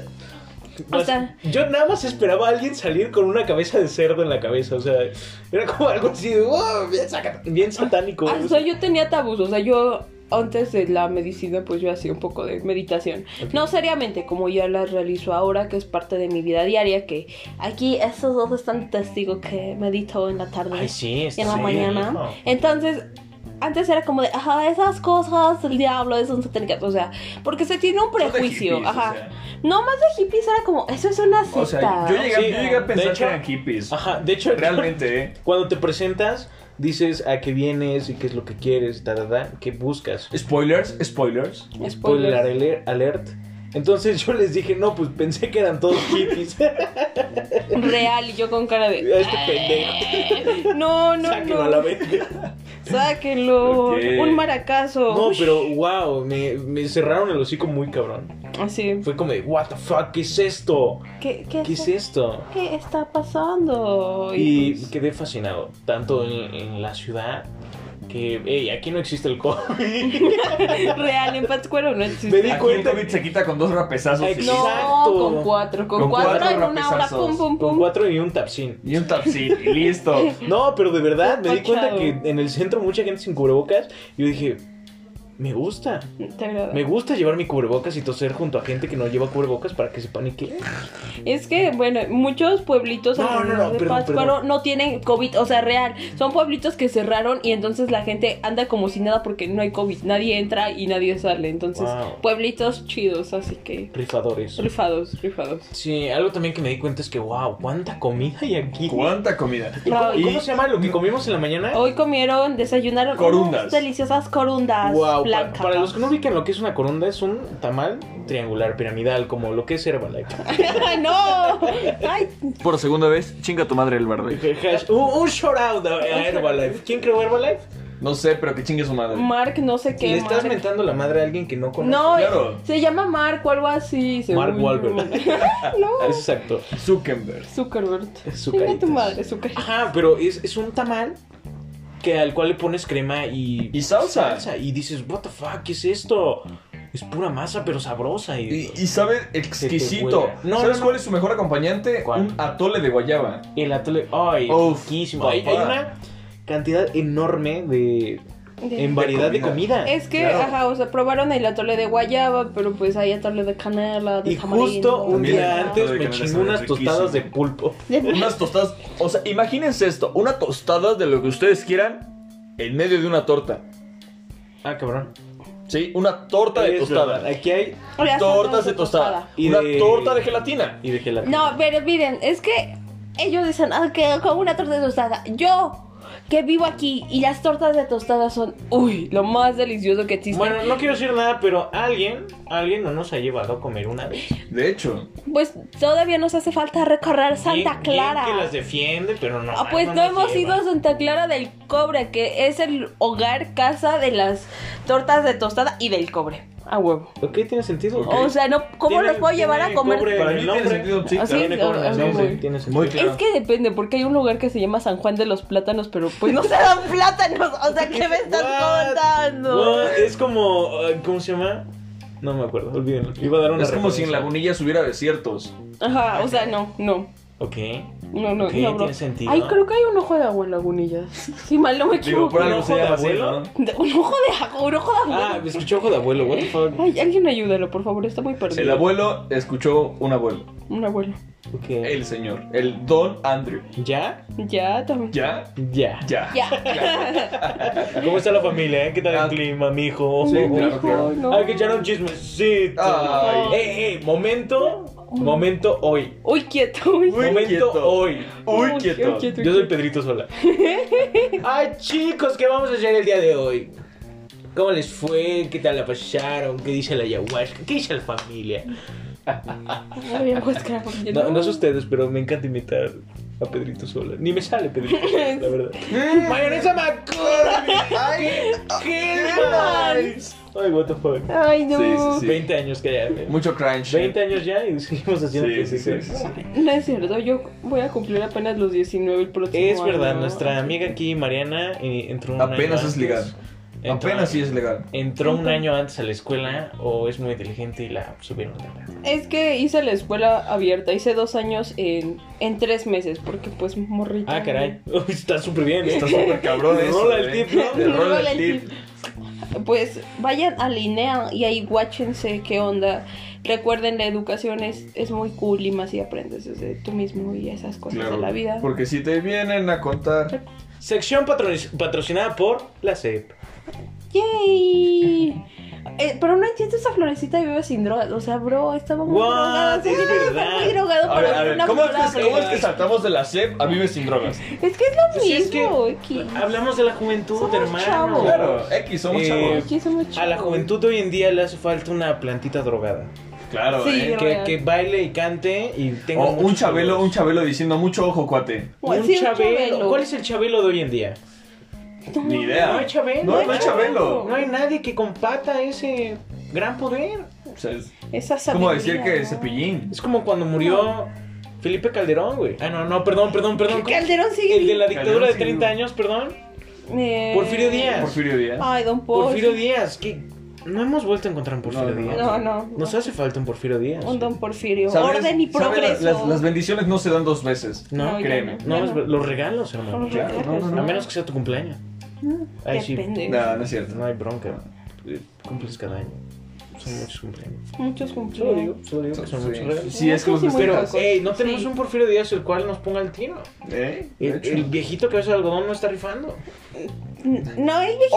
[SPEAKER 2] O
[SPEAKER 1] Más-
[SPEAKER 2] sea-
[SPEAKER 1] yo nada más esperaba a alguien salir con una cabeza de cerdo en la cabeza. O sea, <laughs> era como algo así de, wow, bien, saca- bien satánico.
[SPEAKER 2] Ah, o sea, yo tenía tabús, o sea, yo antes de la medicina, pues yo hacía un poco de meditación. No seriamente, como ya la realizo ahora, que es parte de mi vida diaria, que aquí estos dos están testigos que medito en la tarde
[SPEAKER 1] Ay, sí,
[SPEAKER 2] y en la
[SPEAKER 1] sí,
[SPEAKER 2] mañana.
[SPEAKER 1] no.
[SPEAKER 2] Entonces, antes era como de, ajá, esas cosas del diablo, esas satánicas, o sea, porque se tiene un
[SPEAKER 3] Son de
[SPEAKER 2] prejuicio,
[SPEAKER 3] hippies, o
[SPEAKER 2] ajá.
[SPEAKER 3] sea.
[SPEAKER 2] No, más de hippies era como, eso es una secta.
[SPEAKER 3] O sea, yo llegué,
[SPEAKER 1] Sí.
[SPEAKER 3] yo llegué a
[SPEAKER 1] De
[SPEAKER 3] pensar
[SPEAKER 1] hecho-
[SPEAKER 3] que eran hippies.
[SPEAKER 1] Ajá, de hecho,
[SPEAKER 3] Realmente, ¿eh?
[SPEAKER 1] <laughs> cuando te presentas, dices a qué vienes y qué es lo que quieres, da, da, da, qué buscas.
[SPEAKER 3] Spoilers, spoilers.
[SPEAKER 1] Spoiler ale- alert. Entonces yo les dije, no, pues pensé que eran todos hippies. a
[SPEAKER 2] Real, y yo con cara de... "Eh".
[SPEAKER 1] este pendejo.
[SPEAKER 2] No, <laughs> no,
[SPEAKER 1] <laughs> Sáquenlo
[SPEAKER 2] no.
[SPEAKER 1] a la vez.
[SPEAKER 2] Sáquenlo.
[SPEAKER 3] Ok.
[SPEAKER 2] Un maracazo.
[SPEAKER 1] No, pero wow, me, me cerraron el hocico muy cabrón.
[SPEAKER 2] Así.
[SPEAKER 1] Fue como de, what the fuck, ¿qué es esto?
[SPEAKER 2] ¿Qué, qué,
[SPEAKER 1] ¿Qué
[SPEAKER 2] está,
[SPEAKER 1] es esto?
[SPEAKER 2] qué está pasando?
[SPEAKER 1] Y
[SPEAKER 2] pues,
[SPEAKER 1] quedé fascinado, tanto en, en la ciudad que, hey, aquí no existe el COVID.
[SPEAKER 2] pues, <laughs> Real, en Pátzcuaro no
[SPEAKER 1] Me
[SPEAKER 2] existe.
[SPEAKER 1] di
[SPEAKER 3] Aquí
[SPEAKER 1] cuenta-
[SPEAKER 3] el COVID se quita con dos rapesazos.
[SPEAKER 1] Ay,
[SPEAKER 3] y-
[SPEAKER 1] no.
[SPEAKER 2] No,
[SPEAKER 1] Exacto.
[SPEAKER 2] con cuatro. Con,
[SPEAKER 3] Con
[SPEAKER 2] cuatro,
[SPEAKER 3] cuatro
[SPEAKER 2] en una hora.
[SPEAKER 3] rapesazos.
[SPEAKER 2] Pum, pum,
[SPEAKER 1] Con
[SPEAKER 2] pum.
[SPEAKER 1] cuatro y un tapsin.
[SPEAKER 3] Y un tapsí, y listo.
[SPEAKER 1] <laughs> No, pero de verdad, me di cuenta
[SPEAKER 2] Apachado.
[SPEAKER 1] que en el centro mucha gente sin cubrebocas. Y yo dije, me gusta.
[SPEAKER 2] Te agrada.
[SPEAKER 1] Me gusta llevar mi cubrebocas y toser junto a gente que no lleva cubrebocas para que se panique.
[SPEAKER 2] Es que, bueno, muchos pueblitos
[SPEAKER 1] No,
[SPEAKER 2] alrededor
[SPEAKER 1] no, no,
[SPEAKER 2] de
[SPEAKER 1] perdón,
[SPEAKER 2] Pátzcuaro
[SPEAKER 1] perdón.
[SPEAKER 2] no tienen COVID, o sea, real. Son pueblitos que cerraron y entonces la gente anda como si nada porque no hay COVID. Nadie entra y nadie sale. Entonces,
[SPEAKER 1] Wow.
[SPEAKER 2] pueblitos chidos, así que.
[SPEAKER 1] Rifadores.
[SPEAKER 2] Rifados, rifados.
[SPEAKER 1] Sí, algo también que me di cuenta es que, wow, cuánta comida hay aquí.
[SPEAKER 3] ¿Cuánta comida?
[SPEAKER 1] ¿Y cómo,
[SPEAKER 2] Ay.
[SPEAKER 1] cómo se llama lo que comimos en la mañana?
[SPEAKER 2] Hoy comieron, desayunaron
[SPEAKER 3] Corundas.
[SPEAKER 2] unas deliciosas corundas
[SPEAKER 1] Wow, pa-
[SPEAKER 2] blancas.
[SPEAKER 1] para los que no ubican lo que es una corunda, es un tamal triangular, piramidal, como lo que es <laughs> Herbalife.
[SPEAKER 2] <laughs> no. Ay,
[SPEAKER 3] Por segunda vez, chinga tu madre el verde.
[SPEAKER 1] Hash- un, un shout out a Herbalife. ¿Quién creó Herbalife?
[SPEAKER 3] No sé, pero que chingue su madre.
[SPEAKER 1] Mm.
[SPEAKER 2] Mark, no sé qué.
[SPEAKER 1] Le estás
[SPEAKER 2] Mark.
[SPEAKER 1] mentando la madre a alguien que no conoce.
[SPEAKER 2] No,
[SPEAKER 3] Claro.
[SPEAKER 2] se llama Mark o algo así. según
[SPEAKER 1] Mark
[SPEAKER 2] yo. <laughs>
[SPEAKER 1] Wahlberg.
[SPEAKER 2] no.
[SPEAKER 1] Exacto.
[SPEAKER 3] Zuckerberg.
[SPEAKER 2] Zuckerberg.
[SPEAKER 1] Zucaritas.
[SPEAKER 2] Venga tu madre, Zuckerberg.
[SPEAKER 1] Ajá, pero es, es un tamal que al cual le pones crema y,
[SPEAKER 3] Y salsa.
[SPEAKER 1] Y dices, what the fuck, ¿qué es esto? Es pura masa, pero sabrosa. Y,
[SPEAKER 3] Y, y sabe
[SPEAKER 1] Se
[SPEAKER 3] exquisito.
[SPEAKER 1] te huele. No,
[SPEAKER 3] ¿Sabes
[SPEAKER 1] no, no.
[SPEAKER 3] cuál es su mejor acompañante?
[SPEAKER 1] ¿Cuál?
[SPEAKER 3] Un atole de guayaba.
[SPEAKER 1] el atole, ay,
[SPEAKER 3] Uf,
[SPEAKER 1] riquísimo. Hay, hay
[SPEAKER 3] papá.
[SPEAKER 1] una cantidad enorme de...
[SPEAKER 2] De-
[SPEAKER 1] En variedad de
[SPEAKER 3] comida.
[SPEAKER 1] comida.
[SPEAKER 2] Es que,
[SPEAKER 3] Claro.
[SPEAKER 2] ajá, o sea, probaron el atole de guayaba, pero pues hay atole de canela, de
[SPEAKER 1] Y
[SPEAKER 2] tamarindo.
[SPEAKER 1] justo un
[SPEAKER 3] También
[SPEAKER 1] día
[SPEAKER 3] el
[SPEAKER 1] antes
[SPEAKER 3] atole de
[SPEAKER 1] me
[SPEAKER 3] canela
[SPEAKER 1] chingué
[SPEAKER 3] sabe
[SPEAKER 1] unas tostadas de
[SPEAKER 3] riquísimo.
[SPEAKER 1] pulpo.
[SPEAKER 3] Unas tostadas. O sea, imagínense esto: una tostada de lo que ustedes quieran en medio de una torta.
[SPEAKER 1] Ah, cabrón.
[SPEAKER 3] ¿Sí? Una torta de
[SPEAKER 1] Es
[SPEAKER 3] tostada.
[SPEAKER 1] verdad, Aquí hay...
[SPEAKER 2] Ahora,
[SPEAKER 3] Tortas de tostada.
[SPEAKER 1] Y
[SPEAKER 3] una
[SPEAKER 1] de-
[SPEAKER 3] torta de gelatina.
[SPEAKER 1] Y de gelatina.
[SPEAKER 2] No, pero miren, es que ellos dicen, ah, que como una torta de tostada. Yo, que vivo aquí y las tortas de tostada son, uy, lo más delicioso que existe.
[SPEAKER 1] Bueno, no quiero decir nada, pero alguien, alguien no nos ha llevado a comer una vez.
[SPEAKER 3] De hecho,
[SPEAKER 2] Pues todavía nos hace falta recorrer Santa
[SPEAKER 1] Bien-
[SPEAKER 2] Clara.
[SPEAKER 1] bien que las defiende, pero no.
[SPEAKER 2] Ah, pues no,
[SPEAKER 1] nos
[SPEAKER 2] hemos
[SPEAKER 1] lleva.
[SPEAKER 2] ido a Santa Clara del Cobre, que es el hogar, casa de las tortas de tostada y del cobre. A huevo.
[SPEAKER 1] Ok, tiene sentido.
[SPEAKER 3] Ok.
[SPEAKER 2] O sea, no, ¿cómo
[SPEAKER 1] Tiene-
[SPEAKER 2] los puedo llevar a
[SPEAKER 1] tiene
[SPEAKER 2] comer?
[SPEAKER 1] cobre
[SPEAKER 3] Para
[SPEAKER 1] en
[SPEAKER 3] mí
[SPEAKER 1] el
[SPEAKER 3] tiene
[SPEAKER 1] nombre.
[SPEAKER 3] sentido, sí,
[SPEAKER 2] Ah, sí,
[SPEAKER 1] Tiene cobre en el
[SPEAKER 2] ah,
[SPEAKER 1] nombre,
[SPEAKER 2] sí.
[SPEAKER 1] tiene sentido.
[SPEAKER 3] Muy claro.
[SPEAKER 2] Es que depende, porque hay un lugar que se llama San Juan de los Plátanos, pero pues no se dan plátanos. O sea, ¿qué me estás
[SPEAKER 1] What?
[SPEAKER 2] contando?
[SPEAKER 1] What? Es como. ay, ¿Cómo se llama? No me acuerdo, olvídenlo. Iba a dar una.
[SPEAKER 3] es como si en
[SPEAKER 1] referencia.
[SPEAKER 3] lagunillas hubiera desiertos.
[SPEAKER 2] Ajá, o sea, no, no.
[SPEAKER 1] Ok.
[SPEAKER 2] No, no,
[SPEAKER 1] Ok,
[SPEAKER 2] no, bro.
[SPEAKER 1] tiene sentido.
[SPEAKER 2] Ay, creo que hay un ojo de agua en Lagunillas. Si mal no me
[SPEAKER 3] Digo,
[SPEAKER 2] equivoco.
[SPEAKER 3] por algo
[SPEAKER 1] ojo
[SPEAKER 3] se
[SPEAKER 1] de
[SPEAKER 3] llama así,
[SPEAKER 1] abuelo?
[SPEAKER 3] ¿no?
[SPEAKER 2] De- Un ojo de agua, un ojo de
[SPEAKER 1] Ah,
[SPEAKER 2] agua.
[SPEAKER 1] me escuché ojo de abuelo, what the fuck.
[SPEAKER 2] Ay, alguien ayúdalo, por favor, está muy perdido.
[SPEAKER 3] El abuelo escuchó un abuelo.
[SPEAKER 2] Un abuelo.
[SPEAKER 1] Ok.
[SPEAKER 3] El señor. El Don Andrew.
[SPEAKER 1] ¿Ya?
[SPEAKER 2] Ya, también.
[SPEAKER 3] ¿Ya?
[SPEAKER 1] Ya.
[SPEAKER 3] Ya.
[SPEAKER 1] <laughs>
[SPEAKER 2] Ya.
[SPEAKER 1] ¿Cómo está la familia? eh? ¿Qué tal
[SPEAKER 3] Ah.
[SPEAKER 1] el clima, mijo?
[SPEAKER 3] Sí,
[SPEAKER 1] Ojo.
[SPEAKER 3] claro, claro.
[SPEAKER 2] Ay, no.
[SPEAKER 1] Hay Ah, que echar un chismecito.
[SPEAKER 3] Ay.
[SPEAKER 1] Eh, eh, momento. Momento hoy.
[SPEAKER 2] Uy, quieto, uy.
[SPEAKER 3] Uy,
[SPEAKER 1] momento
[SPEAKER 3] quieto.
[SPEAKER 1] hoy.
[SPEAKER 3] Uy,
[SPEAKER 2] Uy,
[SPEAKER 3] quieto.
[SPEAKER 2] qué quieto.
[SPEAKER 1] Yo soy Pedrito Sola.
[SPEAKER 3] <laughs>
[SPEAKER 1] Ay, chicos, ¿qué vamos a hacer el día de hoy? ¿Cómo les fue? ¿Qué tal la pasaron? ¿Qué dice la ayahuasca? ¿Qué dice la familia?
[SPEAKER 2] Ay, Oscar, porque
[SPEAKER 1] No, no sé ustedes, pero me encanta imitar a Pedrito Sola. Ni me sale Pedrito Sola, la
[SPEAKER 3] <laughs>
[SPEAKER 1] verdad. ¡Mayonesa McCormick!
[SPEAKER 3] Ay,
[SPEAKER 1] ¡Qué
[SPEAKER 2] mal!
[SPEAKER 1] nice! Ay, what the fuck.
[SPEAKER 2] Ay, no.
[SPEAKER 3] Sí, sí, sí.
[SPEAKER 1] 20 años que ya.
[SPEAKER 3] Mucho crunch.
[SPEAKER 1] 20 años ya y seguimos haciendo
[SPEAKER 3] Sí, sí, sí,
[SPEAKER 1] pendejadas.
[SPEAKER 3] sí, sí.
[SPEAKER 2] No es cierto, yo voy a cumplir apenas los 19 el próximo
[SPEAKER 1] Es verdad,
[SPEAKER 2] año.
[SPEAKER 1] nuestra amiga aquí, Mariana, eh, entró un
[SPEAKER 3] Apenas
[SPEAKER 1] año
[SPEAKER 3] es
[SPEAKER 1] antes.
[SPEAKER 3] legal.
[SPEAKER 1] Entró-
[SPEAKER 3] Apenas sí es legal.
[SPEAKER 1] entró un año antes a la escuela o es muy inteligente y la subieron de grado.
[SPEAKER 2] Es que hice la escuela abierta, hice dos años en, en tres meses, porque pues morrita.
[SPEAKER 1] Ah, caray. <laughs> Uy, está súper bien.
[SPEAKER 3] Está súper cabrón
[SPEAKER 1] Te
[SPEAKER 3] eso.
[SPEAKER 1] rola el
[SPEAKER 3] eh.
[SPEAKER 1] tip, ¿no?
[SPEAKER 3] Te rola
[SPEAKER 2] Rola
[SPEAKER 3] el
[SPEAKER 2] el
[SPEAKER 3] tip.
[SPEAKER 2] pues vayan a Linea y ahí guáchense qué onda. Recuerden, la educación es, es muy cool y más si aprendes desde tú mismo y esas cosas de Pues, la vida.
[SPEAKER 3] Porque si te vienen a contar.
[SPEAKER 1] Sección patroniz- patrocinada por la E CEP.
[SPEAKER 2] ¡Yay! <laughs> Eh, pero no entiendo esa florecita y vive sin drogas. O sea, bro, estaba muy
[SPEAKER 1] What?
[SPEAKER 2] drogado. Sí,
[SPEAKER 1] Es
[SPEAKER 2] debe de estar
[SPEAKER 1] verdad.
[SPEAKER 2] muy drogado
[SPEAKER 3] A ver,
[SPEAKER 2] para
[SPEAKER 3] a
[SPEAKER 2] ver
[SPEAKER 3] ver,
[SPEAKER 2] una
[SPEAKER 3] ¿cómo es,
[SPEAKER 2] flor
[SPEAKER 3] que, cómo es que
[SPEAKER 2] aprender.
[SPEAKER 3] saltamos de la CEP a Vives sin drogas?
[SPEAKER 2] Es que es lo
[SPEAKER 1] Pues Sí, es que
[SPEAKER 2] mismo. X.
[SPEAKER 1] hablamos de la juventud,
[SPEAKER 2] Somos
[SPEAKER 1] hermano.
[SPEAKER 2] chavos.
[SPEAKER 3] Claro, X, somos
[SPEAKER 1] Eh,
[SPEAKER 3] chavos.
[SPEAKER 2] X es muy chido.
[SPEAKER 1] A la juventud de hoy en día le hace falta una plantita drogada.
[SPEAKER 3] Claro,
[SPEAKER 2] Sí,
[SPEAKER 3] eh.
[SPEAKER 2] Qué
[SPEAKER 1] Que,
[SPEAKER 2] real.
[SPEAKER 1] que baile y cante y tenga
[SPEAKER 3] O un
[SPEAKER 1] muchos
[SPEAKER 3] chabelo, un
[SPEAKER 1] amigos.
[SPEAKER 3] chabelo diciendo mucho ojo, cuate.
[SPEAKER 2] Pues
[SPEAKER 1] Un
[SPEAKER 2] sí, un
[SPEAKER 1] chabelo.
[SPEAKER 2] chabelo.
[SPEAKER 1] ¿Cuál es el chabelo de hoy en día?
[SPEAKER 3] Ni idea.
[SPEAKER 1] No hay chabelo.
[SPEAKER 3] No, no hay chabelo.
[SPEAKER 1] No hay nadie que compata ese gran poder.
[SPEAKER 3] O sea, es
[SPEAKER 2] Esa
[SPEAKER 3] como
[SPEAKER 2] sabiduría,
[SPEAKER 3] decir que
[SPEAKER 2] ¿no?
[SPEAKER 3] cepillín.
[SPEAKER 1] Es como cuando murió Felipe Calderón, güey. Ah, no, no, perdón, perdón, perdón. ¿Cómo?
[SPEAKER 2] Calderón sigue
[SPEAKER 1] El de la
[SPEAKER 3] Calderón
[SPEAKER 1] dictadura de
[SPEAKER 3] sigue
[SPEAKER 1] 30 años, perdón.
[SPEAKER 2] Eh,
[SPEAKER 1] Porfirio Díaz.
[SPEAKER 3] Porfirio Díaz.
[SPEAKER 2] Ay, don
[SPEAKER 1] Porfirio
[SPEAKER 2] Porfirio.
[SPEAKER 1] Díaz, que no hemos vuelto a encontrar un Porfirio
[SPEAKER 3] No, no.
[SPEAKER 1] Díaz.
[SPEAKER 2] No, no.
[SPEAKER 1] Nos hace falta un Porfirio Díaz.
[SPEAKER 2] Un don Porfirio.
[SPEAKER 3] ¿Sabes-
[SPEAKER 2] Orden y
[SPEAKER 3] sabes,
[SPEAKER 2] progreso.
[SPEAKER 3] Las, las bendiciones no se dan dos veces.
[SPEAKER 1] No,
[SPEAKER 2] ya
[SPEAKER 3] créeme.
[SPEAKER 1] No,
[SPEAKER 2] ya
[SPEAKER 1] es ver- los regalos, hermano.
[SPEAKER 2] Los
[SPEAKER 3] Claro,
[SPEAKER 2] regalos,
[SPEAKER 3] no, no,
[SPEAKER 1] A
[SPEAKER 3] no.
[SPEAKER 1] menos que sea tu cumpleaños.
[SPEAKER 2] Mm,
[SPEAKER 1] Ahí sí.
[SPEAKER 2] Depende.
[SPEAKER 3] No, no es cierto.
[SPEAKER 1] No hay bronca. Eh, Cumples cada año. Son muchos cumpleaños.
[SPEAKER 2] Muchos
[SPEAKER 1] Solo
[SPEAKER 2] cumpleaños.
[SPEAKER 1] digo, solo digo que son
[SPEAKER 3] Sí.
[SPEAKER 1] muchos regalos.
[SPEAKER 3] Sí, es que los
[SPEAKER 2] Muchísimo.
[SPEAKER 1] Pero,
[SPEAKER 3] festejas.
[SPEAKER 1] ey, no tenemos
[SPEAKER 2] Sí.
[SPEAKER 1] un Porfirio Díaz el cual nos ponga el tiro.
[SPEAKER 3] ¿Eh? De
[SPEAKER 1] El,
[SPEAKER 3] hecho.
[SPEAKER 1] el viejito cabeza de algodón no está rifando.
[SPEAKER 2] No, el viejito.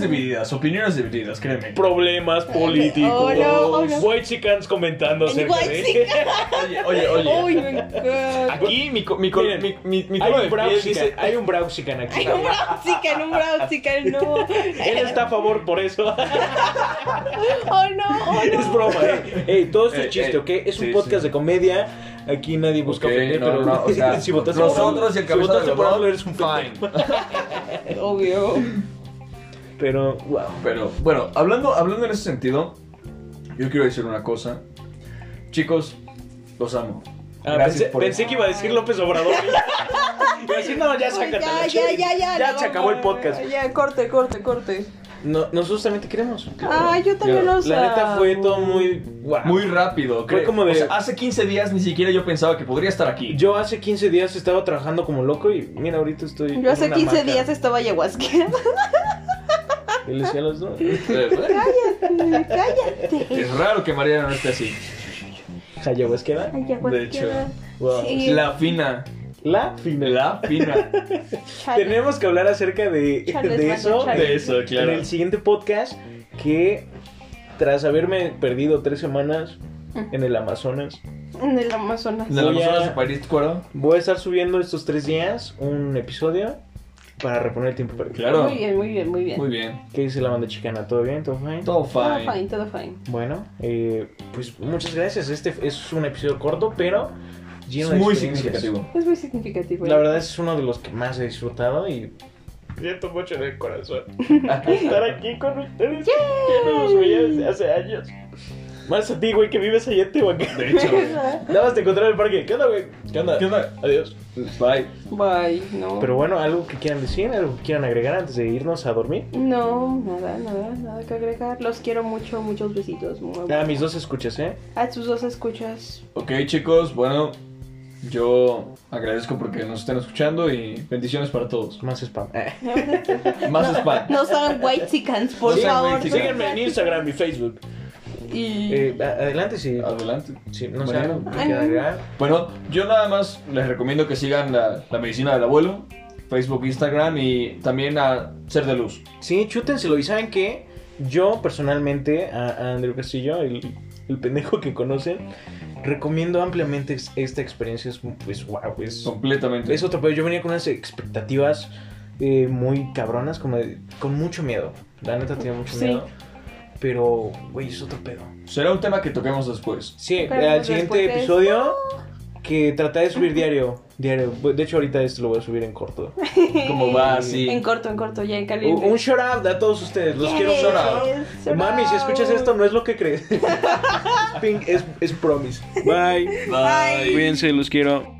[SPEAKER 2] <laughs>
[SPEAKER 3] divididas, opiniones divididas, créeme.
[SPEAKER 1] Problemas políticos.
[SPEAKER 2] Oh, no, oh, no.
[SPEAKER 1] White chickens comentando
[SPEAKER 2] El
[SPEAKER 1] acerca <laughs>
[SPEAKER 2] white
[SPEAKER 1] de.
[SPEAKER 2] chicken.
[SPEAKER 3] Oye, oye, oye.
[SPEAKER 2] Uy, me
[SPEAKER 1] <laughs>
[SPEAKER 2] encanta.
[SPEAKER 3] Aquí mi, co- mi, co-
[SPEAKER 1] Miren,
[SPEAKER 3] mi, mi, mi
[SPEAKER 1] Hay
[SPEAKER 3] tono de
[SPEAKER 1] un
[SPEAKER 3] piel dice-
[SPEAKER 1] Brauxican, hay un Brauxican aquí.
[SPEAKER 2] Ay, un brown chicken, un brown chicken, no.
[SPEAKER 1] Él está a favor por eso.
[SPEAKER 2] <laughs> Oh, no, oh,
[SPEAKER 1] <laughs>
[SPEAKER 2] no.
[SPEAKER 1] es broma, eh. Ey, todo esto
[SPEAKER 3] Eh,
[SPEAKER 1] es chiste,
[SPEAKER 3] eh,
[SPEAKER 1] ¿ok? Es un
[SPEAKER 3] sí,
[SPEAKER 1] podcast
[SPEAKER 3] sí.
[SPEAKER 1] de comedia. Aquí nadie busca
[SPEAKER 3] Ok,
[SPEAKER 1] ofender,
[SPEAKER 3] no,
[SPEAKER 1] pero
[SPEAKER 3] no, o
[SPEAKER 1] <laughs>
[SPEAKER 3] sea,
[SPEAKER 1] si votaste por AMLO-
[SPEAKER 3] nosotros y el
[SPEAKER 1] si
[SPEAKER 3] cabeza de
[SPEAKER 1] votaste por
[SPEAKER 3] algodón,
[SPEAKER 1] AMLO, eres un
[SPEAKER 3] fine.
[SPEAKER 1] pendejo.
[SPEAKER 2] Obvio.
[SPEAKER 1] Pero, wow.
[SPEAKER 3] Pero bueno, hablando, hablando en ese sentido, yo quiero decir una cosa. Chicos, los amo.
[SPEAKER 1] Ah,
[SPEAKER 3] Gracias
[SPEAKER 1] pensé,
[SPEAKER 3] por
[SPEAKER 1] pensé que iba a decir López
[SPEAKER 2] <laughs>
[SPEAKER 1] Obrador. Pero así no, ya
[SPEAKER 2] Ay,
[SPEAKER 1] sácatela.
[SPEAKER 2] Pues ya,
[SPEAKER 1] chile.
[SPEAKER 2] ya, ya, ya.
[SPEAKER 1] Ya
[SPEAKER 2] no,
[SPEAKER 1] se acabó el
[SPEAKER 2] no,
[SPEAKER 1] podcast.
[SPEAKER 2] Ya, corte, corte, corte.
[SPEAKER 1] No, nosotros también te queremos.
[SPEAKER 2] Ah, yo también mm.
[SPEAKER 3] Ya,
[SPEAKER 2] los
[SPEAKER 1] La neta fue
[SPEAKER 2] amo.
[SPEAKER 1] todo muy. wow.
[SPEAKER 3] Muy rápido,
[SPEAKER 1] Fue
[SPEAKER 3] creo.
[SPEAKER 1] como de-
[SPEAKER 3] O sea, hace 15 días ni siquiera yo pensaba que podría estar aquí.
[SPEAKER 1] Yo hace 15 días estaba trabajando como loco y mira, ahorita estoy. en
[SPEAKER 2] Yo hace
[SPEAKER 1] una
[SPEAKER 2] 15
[SPEAKER 1] hamaca.
[SPEAKER 2] días estaba ayahuasca.
[SPEAKER 1] Y le decía a los dos.
[SPEAKER 3] Eh,
[SPEAKER 2] cállate, <laughs>
[SPEAKER 1] <laughs>
[SPEAKER 2] cállate.
[SPEAKER 3] <laughs> es raro que Mariana no esté así.
[SPEAKER 1] Ayahuasquera.
[SPEAKER 2] Ayahuasca.
[SPEAKER 3] De hecho.
[SPEAKER 1] Wow.
[SPEAKER 2] Sí.
[SPEAKER 3] La fina.
[SPEAKER 1] La final.
[SPEAKER 3] La fina.
[SPEAKER 2] Chale.
[SPEAKER 1] Tenemos que hablar acerca de,
[SPEAKER 2] Chales,
[SPEAKER 1] de
[SPEAKER 2] mano,
[SPEAKER 1] eso
[SPEAKER 2] chales.
[SPEAKER 3] De eso, claro.
[SPEAKER 1] en el siguiente podcast. Que tras haberme perdido tres semanas en el Amazonas,
[SPEAKER 2] En el Amazonas.
[SPEAKER 3] De la
[SPEAKER 1] Voy a-
[SPEAKER 3] persona de París, ¿cuero?
[SPEAKER 1] voy a estar subiendo estos tres días un episodio para reponer el tiempo perdido.
[SPEAKER 3] Claro.
[SPEAKER 2] Muy bien, muy bien, muy bien.
[SPEAKER 3] Muy bien.
[SPEAKER 1] ¿Qué dice la banda chicana? ¿Todo bien? ¿Todo fine?
[SPEAKER 3] Todo
[SPEAKER 2] Todo
[SPEAKER 3] fine.
[SPEAKER 2] fine, todo fine.
[SPEAKER 1] Bueno, eh, pues muchas gracias. Este es un episodio corto, pero
[SPEAKER 3] Es
[SPEAKER 1] lleno de
[SPEAKER 3] muy
[SPEAKER 1] experiencias.
[SPEAKER 3] significativo.
[SPEAKER 2] Es muy significativo. ¿eh?
[SPEAKER 1] La verdad es uno de los que más he disfrutado y siento mucho en el <laughs> corazón estar aquí con ustedes que no los veía desde hace años. Más a ti, güey, que vives allá en Tehuacán.
[SPEAKER 2] <laughs>
[SPEAKER 3] De hecho.
[SPEAKER 1] <laughs> Nada más te encontré en el parque. ¿Qué onda, güey? ¿Qué onda?
[SPEAKER 3] ¿Qué onda?
[SPEAKER 1] Adiós.
[SPEAKER 3] Bye.
[SPEAKER 2] Bye, no.
[SPEAKER 1] Pero bueno, algo que quieran decir, algo que quieran agregar antes de irnos a dormir.
[SPEAKER 2] No, nada, nada, nada que agregar. Los quiero mucho, muchos besitos. Muy
[SPEAKER 1] A mis dos escuchas, ¿eh?
[SPEAKER 2] A sus dos escuchas. <laughs>
[SPEAKER 3] Ok, chicos, bueno, yo agradezco porque nos estén escuchando y bendiciones para todos.
[SPEAKER 1] Más spam. <laughs> Eh.
[SPEAKER 3] Más spam.
[SPEAKER 2] No sean white chickens, por
[SPEAKER 3] No sean
[SPEAKER 2] favor.
[SPEAKER 3] white chickens.
[SPEAKER 1] Síguenme en Instagram y Facebook.
[SPEAKER 2] Y
[SPEAKER 1] Eh, a- adelante, sí.
[SPEAKER 3] Adelante.
[SPEAKER 1] Sí, no sé,
[SPEAKER 3] Mariano.
[SPEAKER 1] algo que quieran agregar.
[SPEAKER 3] Bueno, yo nada más les recomiendo que sigan la, la medicina del abuelo, Facebook, Instagram y también a Ser de Luz.
[SPEAKER 1] Sí, chútenselo. Y saben que yo personalmente a, a Andrew Castillo, el, el pendejo que conocen, recomiendo ampliamente es- esta experiencia. Es, pues, wow, es,
[SPEAKER 3] Completamente.
[SPEAKER 1] es otro pedo. Yo venía con unas expectativas eh, muy cabronas, como de- con mucho miedo. La neta tenía mucho
[SPEAKER 2] Sí.
[SPEAKER 1] miedo. Pero, güey, es otro pedo.
[SPEAKER 3] Será un tema que toquemos después.
[SPEAKER 1] Sí,
[SPEAKER 2] Pero
[SPEAKER 1] al
[SPEAKER 2] pues
[SPEAKER 1] siguiente
[SPEAKER 2] después es-
[SPEAKER 1] episodio que trataré de subir diario. Diario. De hecho, ahorita esto lo voy a subir en corto.
[SPEAKER 3] ¿Cómo va?
[SPEAKER 2] <laughs>
[SPEAKER 3] así?
[SPEAKER 2] En corto, en corto, ya en caliente.
[SPEAKER 1] Un shout out a todos ustedes. Los quiero
[SPEAKER 2] Yes,
[SPEAKER 1] shout out.
[SPEAKER 2] shout
[SPEAKER 1] Mami, si
[SPEAKER 2] out.
[SPEAKER 1] escuchas esto, no es lo que <laughs> crees. Pink es, es promise. Bye.
[SPEAKER 2] <laughs> Bye.
[SPEAKER 1] Cuídense, los quiero.